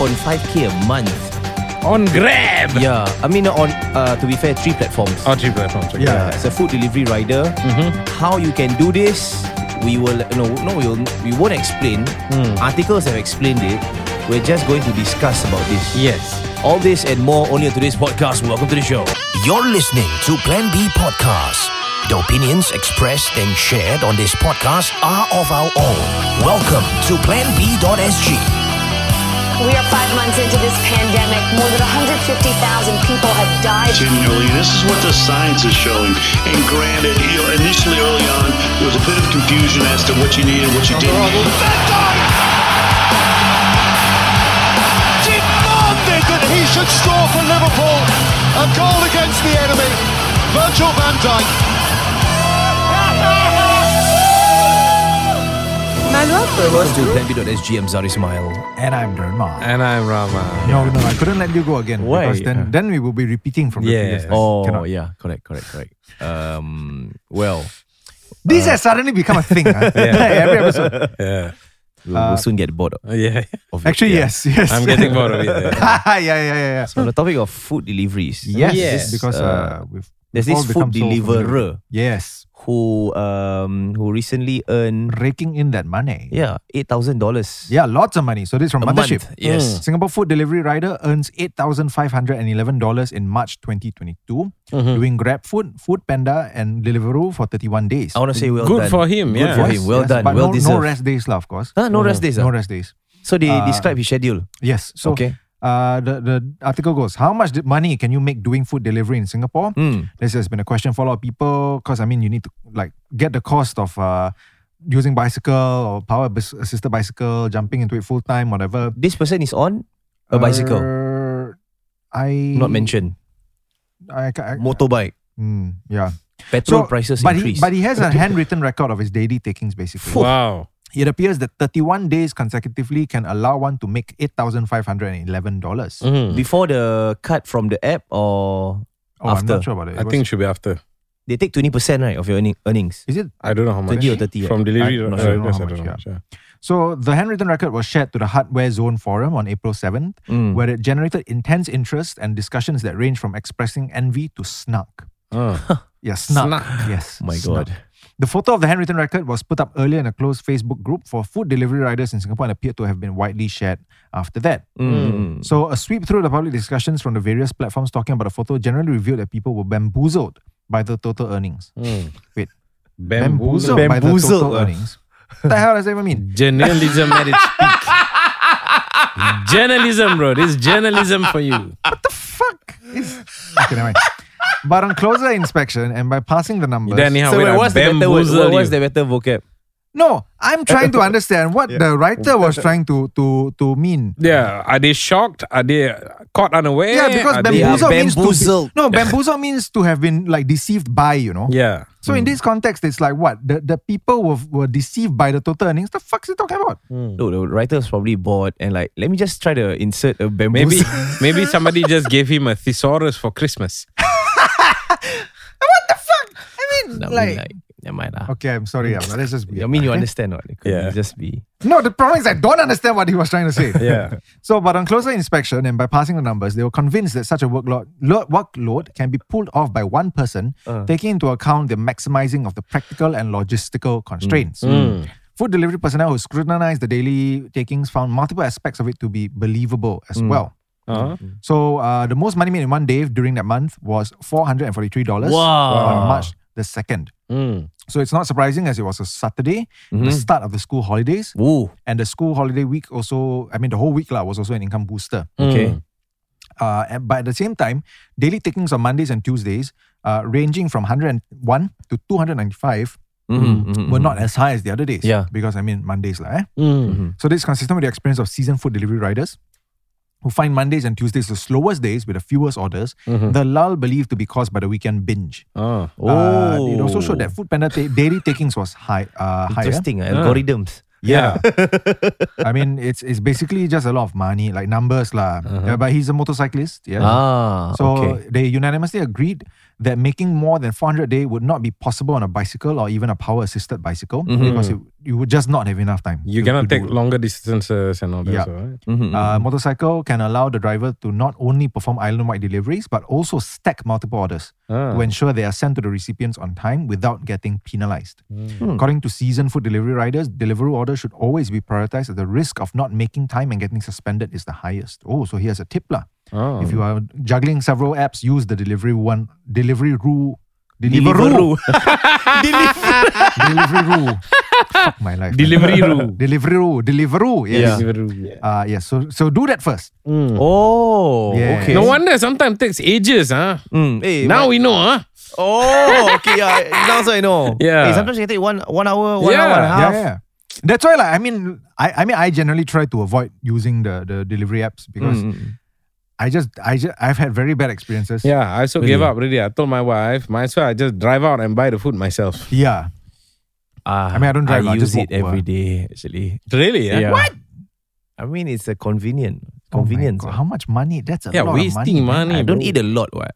on 5k a month. On Grab. Yeah, I mean on uh, to be fair, three platforms. Oh, three platforms. Okay. yeah, it's a food delivery rider. How you can do this, we will no no we will we won't explain. Articles have explained it. We're just going to discuss about this. Yes. All this and more only on today's podcast. Welcome to the show. You're listening to Plan B Podcast. The opinions expressed and shared on this podcast are of our own. Welcome to planb.sg. We are five months into this pandemic. More than 150,000 people have died. continually. And this is what the science is showing. And granted, you know, initially early on, there was a bit of confusion as to what you needed, what you didn't need. demanded that he should score for Liverpool. A goal against the enemy. Virgil van Dijk. Welcome to planb.sg. I'm Zari Smile. And I'm Dharma. And I'm Rama. No, no, I couldn't let you go again. Why? Because then, then we will be repeating from the Yeah. previous time. Oh Cannot. yeah, correct, correct, correct. Um, well, This has suddenly become a thing. huh? Every episode. Yeah. we'll, we'll soon get bored of Uh, yeah. of it. Actually, Yeah. yes, yes. I'm getting bored of it. yeah. yeah, yeah, yeah, yeah. So on the topic of food deliveries, Yes, Yes. because Uh, uh, we've there's we've this all food become so familiar. deliverer yes, who um who recently earned raking in that money. yeah eight thousand dollars. Yeah, lots of money. So this is from A Mothership. month, yes. Mm. Singapore food delivery rider earns eight thousand five hundred and eleven dollars in March twenty twenty two, Mm-hmm. doing Grab Food, Food Panda, and Deliveroo for thirty one days. I want to say well Good done. for him. Good yeah. for him. Well done. But well no, deserved. no rest days, lah, of course. Huh? No rest days. ah? No rest days. So they Uh, describe his schedule. Yes. So Okay. uh, the the article goes: How much di- money can you make doing food delivery in Singapore? Mm. This has been a question for a lot of people because I mean you need to like get the cost of uh, using bicycle or power bis- assisted bicycle, jumping into it full time, whatever. This person is on a Uh, bicycle. Er, I not mentioned. I, ca- I, Motorbike. mm, yeah. Petrol prices but increase. he but he has a handwritten record of his daily takings. Basically, Wow. it appears that 31 days consecutively can allow one to make eight thousand five hundred and eleven dollars. Mm, Hmm. Before the cut from the app or Oh, I'm after not sure about it. I It was- think should be after. they take twenty percent right of your earning, earnings. is it I don't know how much. 20 or 30, From delivery. I- right? not sure. I guess How I don't know. much, how much, So the handwritten record was shared to the Hardware Zone forum on April 7th, Mm. where it generated intense interest and discussions that range from expressing envy to snark. yeah. Ah. Yes, snark. Snark. Yes. My God. snark. The photo of the handwritten record was put up earlier in a closed Facebook group for food delivery riders in Singapore and appeared to have been widely shared after that. Mm. So a sweep through the public discussions from the various platforms talking about the photo generally revealed that people were bamboozled by the total earnings. Wait, bamboozled, by the total earnings. What the hell does that even mean? Journalism at its peak. journalism, bro. This is journalism for you. fuck is okay, never mind. But on closer inspection and by passing the numbers, Then anyhow, So wait, wait, I what's the better word? bamboozle What- What's you. the better vocab? no, I'm trying to understand what the writer was trying to to to mean. Yeah, are they shocked? Are they caught unaware? Eh, Yeah, because Are they- bamboozle means to ah, bamboozled. be, no bamboozle means to have been like deceived by you know. Yeah, So Mm. in this context, it's like what the, the people were, were deceived by the total earnings. The fuck's he talking about? No, the writer was probably bored and like, let me just try to insert a bamboo. maybe maybe somebody just gave him a thesaurus for Christmas. I mean, I mean, like, like, never mind lah. okay, I'm sorry, yeah, but that's just weird. I mean, Mm. you okay? understand what? It could Yeah. just be. No, the problem is I don't understand what he was trying to say. Yeah, So, but on closer inspection and by passing the numbers, they were convinced that such a workload, lo- workload can be pulled off by one person, taking into account the maximizing of the practical and logistical constraints. Food delivery personnel who scrutinized the daily takings found multiple aspects of it to be believable as well. uh-huh. So, uh, the most money made in one day during that month was $443 Wow. on March the 2nd. Mm. So, it's not surprising as it was a Saturday, the start of the school holidays. Woo. And the school holiday week also, I mean, the whole week lah was also an income booster. Okay. Uh, and- but at the same time, daily takings on Mondays and Tuesdays, uh, ranging from 101 to 295, Mhm, mhm, were mhm. not as high as the other days. Yeah. Hmm. Because I mean, Mondays. lah. eh? Mm. Mm-hmm. So this is consistent with the experience of seasoned food delivery riders who find Mondays and Tuesdays the slowest days with the fewest orders, Mm-hmm. the lull believed to be caused by the weekend binge. Oh. Uh, Oh. it also showed that food panda ta- daily takings was high, uh, higher. Interesting. ah, Algorithms. Yeah. I mean, it's it's basically just a lot of money, Uh-huh. like numbers lah. Yeah, but he's a motorcyclist. Yeah. Ah. So okay. they unanimously agreed that making more than 400 a day would not be possible on a bicycle or even a power assisted bicycle because it, you would just not have enough time. Mm-hmm. You to- cannot to take do it. longer distances and all that. Yeah. So, right? Uh, motorcycle can allow the driver to not only perform island-wide deliveries but also stack multiple orders to ensure they are sent to the recipients on time without getting penalized. According to seasoned food delivery riders, delivery orders should always be prioritized as the risk of not making time and getting suspended is the highest. Oh, so here's a tip lah. Oh. If you are juggling several apps, use the delivery one delivery rule. Deliveroo. delivery rule. Fuck my life. Delivery rule. Delivery rule. Deliveroo. Yes. Yeah. Uh, yes. So so do that first. Oh, Yeah. okay. Mm. No wonder sometimes takes ages, huh? Mm, eh, Now what- we know, huh? Oh, okay. Yeah, now so I know. Yeah. Eh, sometimes you take one one hour, one Yeah. hour and a half. Yeah, yeah. That's why, like, I mean, I, I mean, I generally try to avoid using the, the delivery apps because Mm, I just, I just, I've had very bad experiences. Yeah, I also gave up really. I told my wife, might as well I just drive out and buy the food myself. Yeah. Ah, I mean, I don't drive, I I use just it walk over. every day, actually. Really? Yeah. What? I mean, it's a convenient Oh my convenience. ah. God, how much money? That's a Yeah, lot wasting of money. I money. don't bro. eat a lot, what?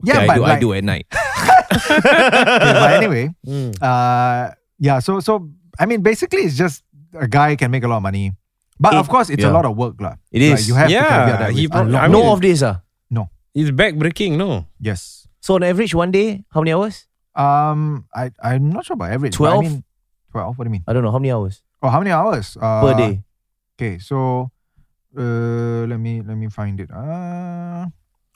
Yeah, Okay, but I do. like, I do at night. yeah, but anyway, Mm. uh, yeah. So, so I mean, basically, it's just a guy can make a lot of money, but of course, it's yeah. a lot of work, lah. It Like, is. you have to Yeah, caveat that he with a brought- lot I of mean- no work. of this, ah. It's backbreaking, no? yes. So on average, one day, how many hours? Um, I I'm not sure about average. but I 12? mean- Twelve. What do you mean? I don't know how many hours Oh, how many hours uh, per day. Okay, so uh, let me let me find it. Uh,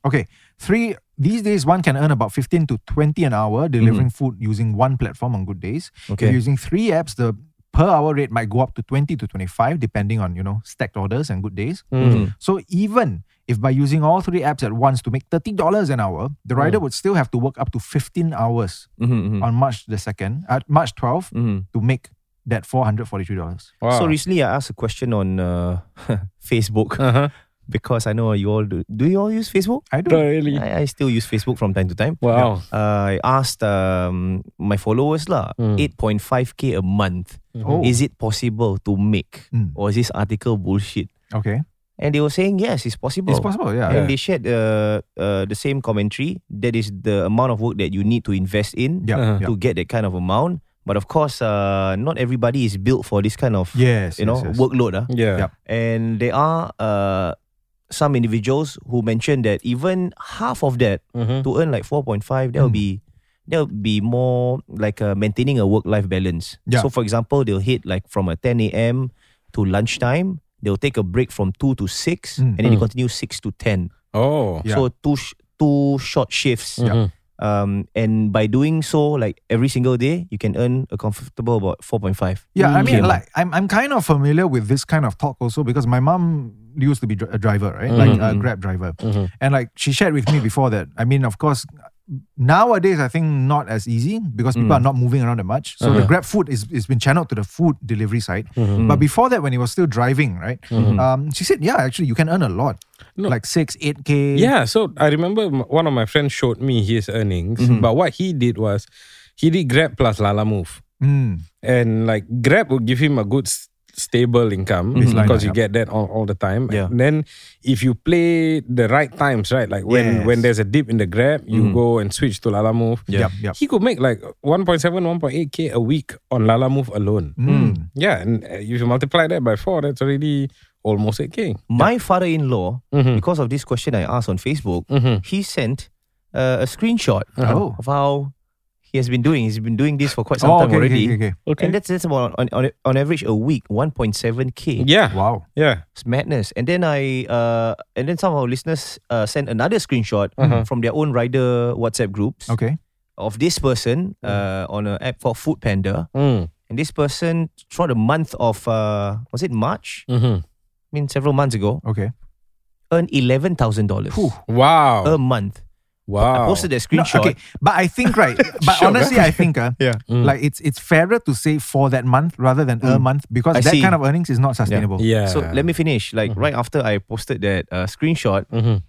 okay, three these days one can earn about fifteen to twenty an hour delivering food using one platform on good days. If Mm-hmm. Okay. you're using three apps, the per hour rate might go up to twenty to twenty five, depending on you know stacked orders and good days. Mm-hmm, Mm. So even if by using all three apps at once to make thirty dollars an hour, the Mm. rider would still have to work up to fifteen hours Mm-hmm, on March the second, at March twelfth, mm-hmm. Ah. to make that four hundred forty three dollars. Wow. So recently, I asked a question on uh, Facebook uh-huh. because I know you all do. Do you all use Facebook? I do. Not really. I, I still use Facebook from time to time. Wow. Uh, I asked um, my followers lah, 8.5k a month. Oh. Is it possible to make, Mm. or is this article bullshit? Okay, And they were saying yes, it's possible. it's possible. Oh. Yeah. And they shared uh, uh, the same commentary. That is the amount of work that you need to invest in Yeah. Uh-huh. yeah. to get that kind of amount. But of course, uh, not everybody is built for this kind of Yes. you know yes, yes. workload. ah. Yeah. Yup. And there are uh, some individuals who mentioned that even half of that Mhm. Mm-hmm. to earn like 4.5, that will be that will be more like uh, maintaining a work-life balance. Yeah. So for example, they'll hit like from a 10 a.m. to lunchtime. They'll take a break from 2 to 6 Mm. and then they continue 6 to 10. Oh. Yeah. So two sh- two short shifts. Mhm. Um, and by doing so, like every single day, you can earn a comfortable about 4.5. Yeah, I K. mean, like I'm, I'm kind of familiar with this kind of talk also because my mom used to be dri- a driver, right? Like a Grab driver, and like she shared with me before that. I mean, of course, nowadays I think not as easy because people are not moving around that much. So the Grab food is is been channeled to the food delivery side. But before that, when he was still driving, right? Um, she said, yeah, actually, you can earn a lot, like six, eight k. Yeah, so I remember m- one of my friends showed me his earnings, but what he did was he did Grab plus Lala Move. Mm. And like Grab would give him a good s- stable income Mm-hmm. Baseline, because you yeah. get that all, all the time. Yeah. And then if you play the right times, right? Like when Yes. when there's a dip in the Grab, you Mm-hmm. go and switch to Lala Move. Yep, yep. He could make like 1.7, 1.8k a week on Lala Move alone. Mm. Yeah, and uh, if you multiply that by four, that's already almost 8k. My father-in-law, Hmm. because of this question I asked on Facebook, he sent uh, a screenshot Mm-hmm. Uh-huh. of how he has been doing. He's been doing this for quite some time Oh, okay, already. okay, okay, okay. And that's, that's about on, on, on average a week, 1.7k. Mm-hmm. Yeah. Wow. Yeah. It's madness. And then I uh, and then some of our listeners uh, sent another screenshot Uh-huh. from their own rider WhatsApp groups Okay. of this person uh, on an app called Food Panda. Mm. And this person throughout the month of uh, was it March? Mhm. I mean several months ago, Okay. earned eleven thousand dollars Wow. a month. wow. I posted that No, screenshot. okay, but I think right. but honestly, I think uh, Yeah. like it's it's fairer to say for that month rather than a month because I that see. kind of earnings is not sustainable. Yeah. So let me finish. Like Mm-hmm. right after I posted that uh, screenshot, there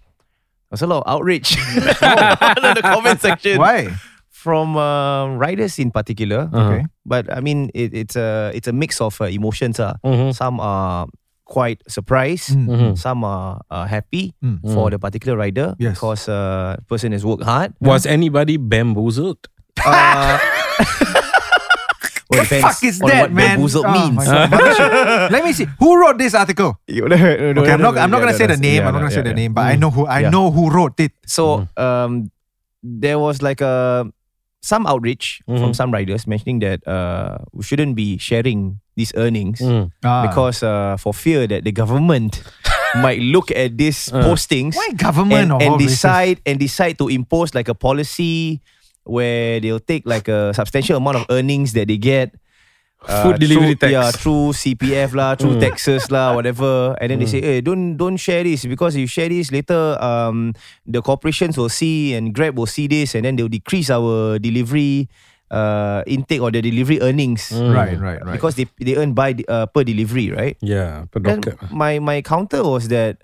was a lot of outrage under the comment section Why? from uh, riders in Uh-huh. particular. Okay. Mm-hmm. But I mean, it, it's a it's a mix of uh, emotions. Uh. Some are quite surprised. Mm. Some are uh, happy for the particular rider Yes. because uh, person has worked hard. Was anybody bamboozled? Well, What the depends fuck is on that, what man? bamboozled Oh, my means. God. But shit, Let me see. Who wrote this article? Okay, I'm not. I'm not gonna say the name. I'm not gonna say the name. But I know who. I Mm. Yeah. know who wrote it. So um, there was like a some outrage from some riders mentioning that uh, we shouldn't be sharing these earnings Mm. Ah. because uh, for fear that the government might look at these postings why government and, of and all races? decide and decide to impose like a policy where they'll take like a substantial amount of earnings that they get uh, Food delivery through, tax. Hmm. yeah, through CPF lah, through taxes lah, whatever. And then they say, hey, don't don't share this because if you share this later, um, the corporations will see and Grab will see this, and then they'll decrease our delivery uh intake or the delivery earnings. Hmm. Right, right, right. Because they they earn by de- uh, per delivery, right? Yeah, per Then docket. my my counter was that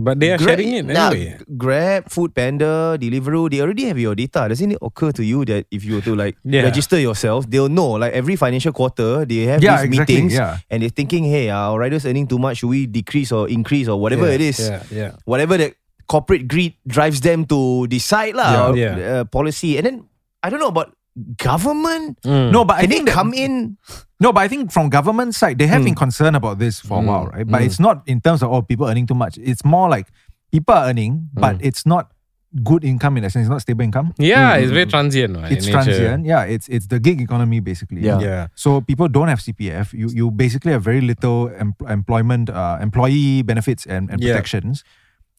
But they are Gra- sharing it nah, anyway. Grab, Food Panda, Deliveroo, they already have your data. Doesn't it occur to you that if you were to like Yeah. register yourself, they'll know like every financial quarter they have Yeah, these exactly, meetings yeah. and they're thinking, hey, our riders earning too much, should we decrease or increase or whatever Yeah, it is, yeah, yeah. whatever that corporate greed drives them to decide lah, Yeah, or, yeah. Uh, policy. And then I don't know about government. Mm. No, but I Can think they that- come in? No, but I think from government side, they have been Hmm. concerned about this for a while, right? But it's not in terms of oh people earning too much. It's more like people are earning, but it's not good income in a sense. It's not stable income. Hmm. Yeah, it's very transient. right, in Hmm. It's nature. transient. Yeah, it's it's the gig economy basically. Yeah. Yeah. So people don't have CPF. You you basically have very little em- employment, uh, employee benefits and, and Yeah. protections.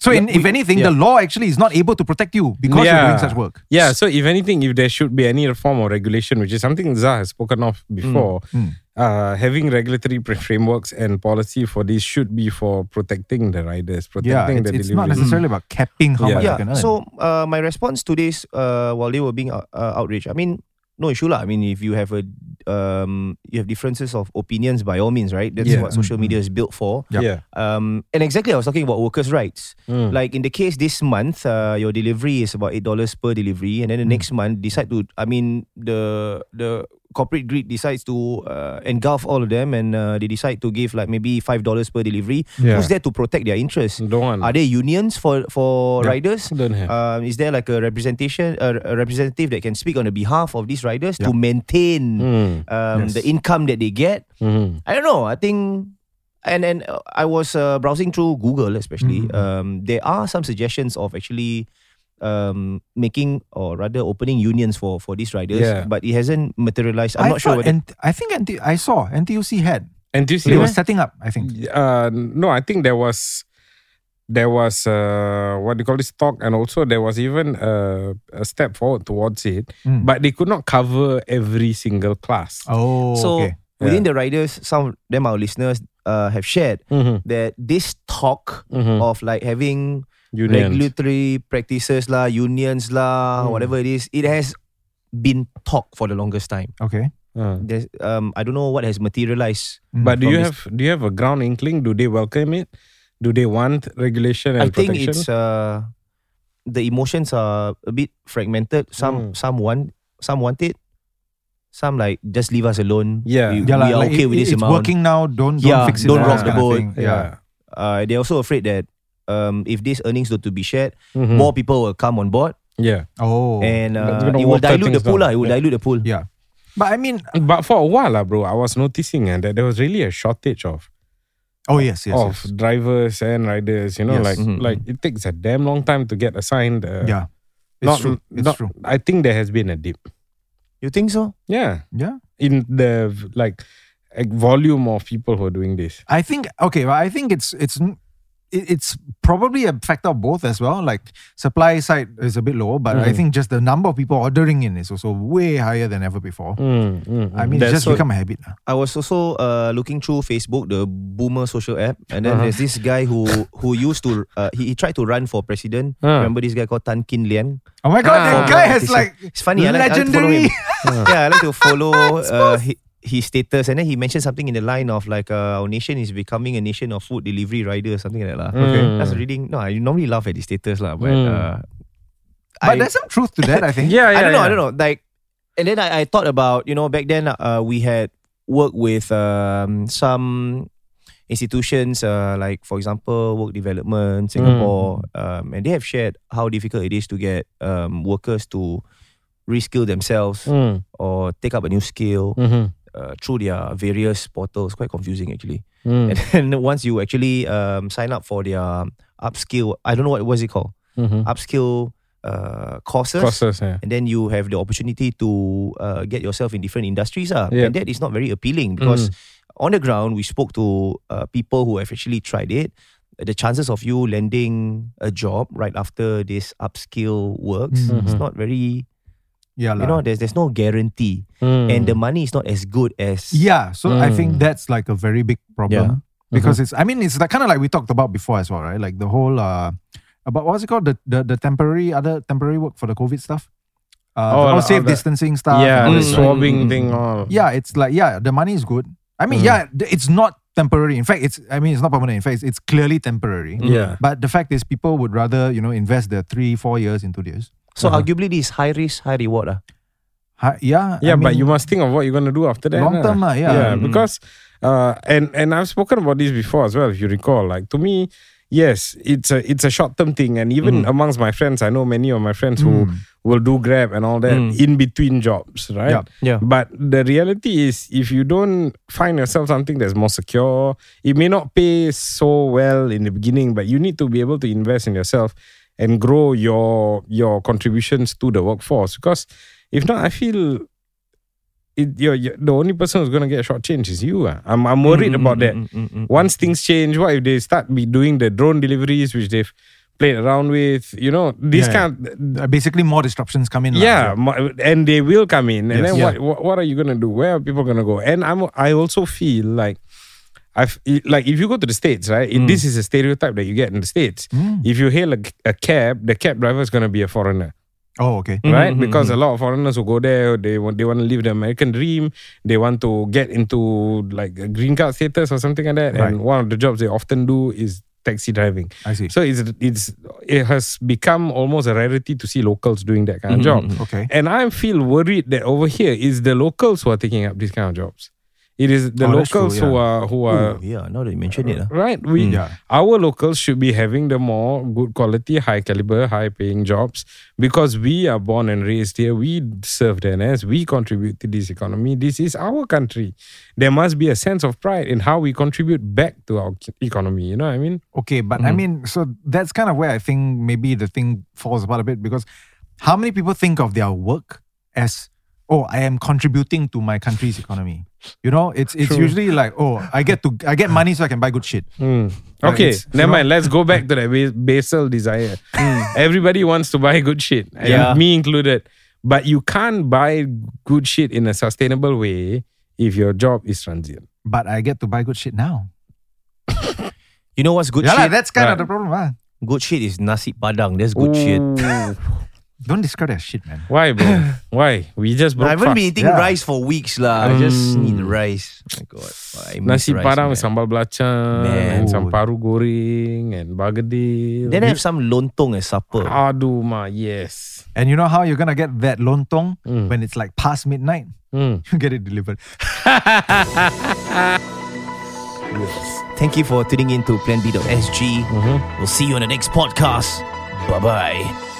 So in, if anything, the yeah. law actually is not able to protect you because you're doing such work. Yeah, so if anything, if there should be any form of regulation, which is something Zah has spoken of before, Hmm. uh, having regulatory pre- frameworks and policy for this should be for protecting the riders, Yeah, protecting it's, the it's delivery. not necessarily about capping Yeah. how much yeah. you can earn. So uh, my response to this, uh, while they were being uh, uh, outraged, I mean, no issue lah. I mean, if you have a um, you have differences of opinions, by all means, right? That's Yeah. Mm-hmm. what social media is built for. Yeah. Mm. Yeah. Um, and exactly, I was talking about workers' rights. Like in the case this month, uh, your delivery is about eight dollars per delivery, and then the Mm. next month decide to. I mean, the the corporate greed decides to uh, engulf all of them, and uh, they decide to give like maybe five dollars per delivery. Yeah. Who's there to protect their interests? Don't want. Hmm. Are there unions for for riders? don't have. Um, is there like a representation, a, a representative that can speak on the behalf of these riders to maintain Hmm. Hmm, um, the income that they get? I don't know. I think, and and uh, I was uh, browsing through Google, especially. Hmm, Um, there are some suggestions of actually um, making or rather opening unions for for these riders, Yeah. but it hasn't materialized. I I'm not sure. thought Whether, NT I think NT, I saw NTUC had. And do you see They were what- setting up, I think. uh, no, I think there was there was uh, what do you call this talk, and also there was even uh, a step forward towards it, but they could not cover every single class. Oh, so okay. within the riders, some of them our listeners uh, have shared Mm-hmm. that this talk Hmm. of like having Hmm. Unions. regulatory practices la, unions la, whatever it is, it has been talk for the longest time. Okay. Uh, There's, um, I don't know what has materialized. but do From you this- have do you have a ground inkling? Do they welcome it? Do they want regulation I and think protection? it's uh, the emotions are a bit fragmented. Some some want some want it. Some like just leave us alone. Yeah. we, we Yeah, like, are like okay it- with this it's amount. working now. Don't don't Yeah, fix it. don't now, rock kind the of boat. thing. Yeah. uh, they're also afraid that um, if these earnings were to be shared, more people will come on board yeah. Oh. and That's uh, gonna it will water dilute the things pool. lah. down. It will Yeah. dilute the pool. yeah. But I mean, But for a while, ah, bro, I was noticing ah, that there was really a shortage of oh yes, yes, of yes. drivers and riders. You know, Yes. like like it takes a damn long time to get assigned. Uh, Yeah. It's not, true. It's not- true. I think there has been a dip. You think so? Yeah, Yeah. in the v- like, like volume of people who are doing this. I think okay. Well, I think it's it's n- it- it's probably a factor of both as well. Like supply side is a bit lower, but Mm. I think just the number of people ordering in is also way higher than ever before. Mm, mm, I mean, That's it's just so- become a habit. lah. I was also uh, looking through Facebook, the Boomer social app, and then there's this guy who who used to uh, he, he tried to run for president. Ah. Remember this guy called Tan Kin Lian? Oh Ah. my god, that guy It's- has like it's funny. I like, legendary. I like to follow him. yeah, I like to follow uh, hi- his status, and then he mentioned something in the line of like uh, our nation is becoming a nation of food delivery riders, something like that. lah. Okay. that's reading. No, I normally laugh at his status, lah, but. Mm. Uh, but I- there's some truth to that. I think. yeah, I yeah. don't know. yeah. I don't know. Like, and then I, I thought about you know back then uh, we had worked with um, some institutions uh, like, for example, Work Development Hmm. Singapore, um, and they have shared how difficult it is to get um, workers to reskill themselves Mm. or take up a new skill Mhm. uh, through their various portals. Quite confusing, actually. Hmm. mm-hmm, And then once you actually um, sign up for their upskill, I don't know what was it called, mm-hmm. upskill uh, courses. Hmm. Courses, yeah. And then you have the opportunity to uh, get yourself in different industries. ah. Yeah. And that is not very appealing because Mm. on the ground, we spoke to uh, people who have actually tried it. The chances of you landing a job right after this upskill works, Mm-hmm. it's not very Yeah, lah. you know, there's there's no guarantee, and the money is not as good as Mm. Yeah, so I Mm. think that's like a very big problem Yeah. because Mm-hmm. it's. I mean, it's like kind of like we talked about before as well, right? Like the whole uh, about what's it called the the, the temporary other temporary work for the COVID stuff, uh, Oh, the whole like safe all that- distancing stuff. Yeah, and all the Mm. this, right? swabbing thing all. yeah, it's like yeah, the money is good. I Mm. mean, yeah, th- it's not temporary. In fact, it's I mean, it's not permanent. In fact, it's, it's clearly temporary. Yeah. But the fact is, people would rather you know invest their three four years into this. So arguably, this is high risk, high reward. ah. Hi- yeah, Yeah, but I mean, you must think of what you're gonna do after that. lah. Long term, ah, yeah. Mm. because uh, and and I've spoken about this before as well. If you recall, like to me, yes, it's a it's a short term thing, and Mm-hmm. even amongst my friends, I know many of my friends Mm. who will do Grab and all that in between jobs, right? Yeah. Yeah. But the reality is, if you don't find yourself something that's more secure, it may not pay so well in the beginning, but you need to be able to invest in yourself and grow your your contributions to the workforce. Because if not, I feel it, you're, you're- the only person who's going to get shortchanged is you. ah. I'm, I'm Mm, worried about that. Once things change, what if they start be doing the drone deliveries, which they've played around with? You know, this Yeah. kind of Uh, basically more disruptions come in. lah. yeah, mo- and they will come in. And then Yeah. what, what? What are you gonna do? Where are people gonna go? And I'm. I also feel like. I've, i- like if you go to the states, right? Mm. it- This is a stereotype that you get in the states. If you hail a, a cab, the cab driver is going to be a foreigner, Oh, okay. right? Because mm-hmm. a lot of foreigners who go there, they want they want to live the American dream. They want to get into like a green card status or something like that. Right. And one of the jobs they often do is taxi driving. I see. So it's it's it has become almost a rarity to see locals doing that kind of job. Mm-hmm, Okay. And I feel worried that over here is the locals who are taking up these kind of jobs. It is the Oh, that's locals true, who yeah. are who are Oh, yeah, now that you mention it, ah. uh, right. We Yeah. our locals should be having the more good quality, high caliber, high paying jobs because we are born and raised here. We served the NS. We contribute to this economy. This is our country. There must be a sense of pride in how we contribute back to our economy. You know what I mean? Okay, but I mean, so that's kind of where I think maybe the thing falls apart a bit because how many people think of their work as oh, I am contributing to my country's economy. You know, it's it's usually like oh, I get to I get money so I can buy good shit. Like Okay, it's- Hmm. never mind. Let's go back to that bas- basal desire. Everybody wants to buy good shit, and Yeah. me included. But you can't buy good shit in a sustainable way if your job is transient. But I get to buy good shit now. You know what's good yeah, lah, shit? that's kind Right. of the problem. Ah, good shit is nasi padang. That's good shit. Don't discard that shit, man. Why, bro? Why? We just broke I haven't fast. been eating Yeah. rice for weeks, lah. I just need rice. Oh my god, I miss Mm. Nasi rice, padang man. with sambal belacan Man. and some paru goreng and bergedil. Then I have some lontong as supper. Aduh, ma, yes. And you know how you're gonna get that lontong when it's like past midnight? Hmm. You get it delivered. Thank Mm-hmm. you for tuning in to PlanB.sg. We'll see you on the next podcast. Bye bye.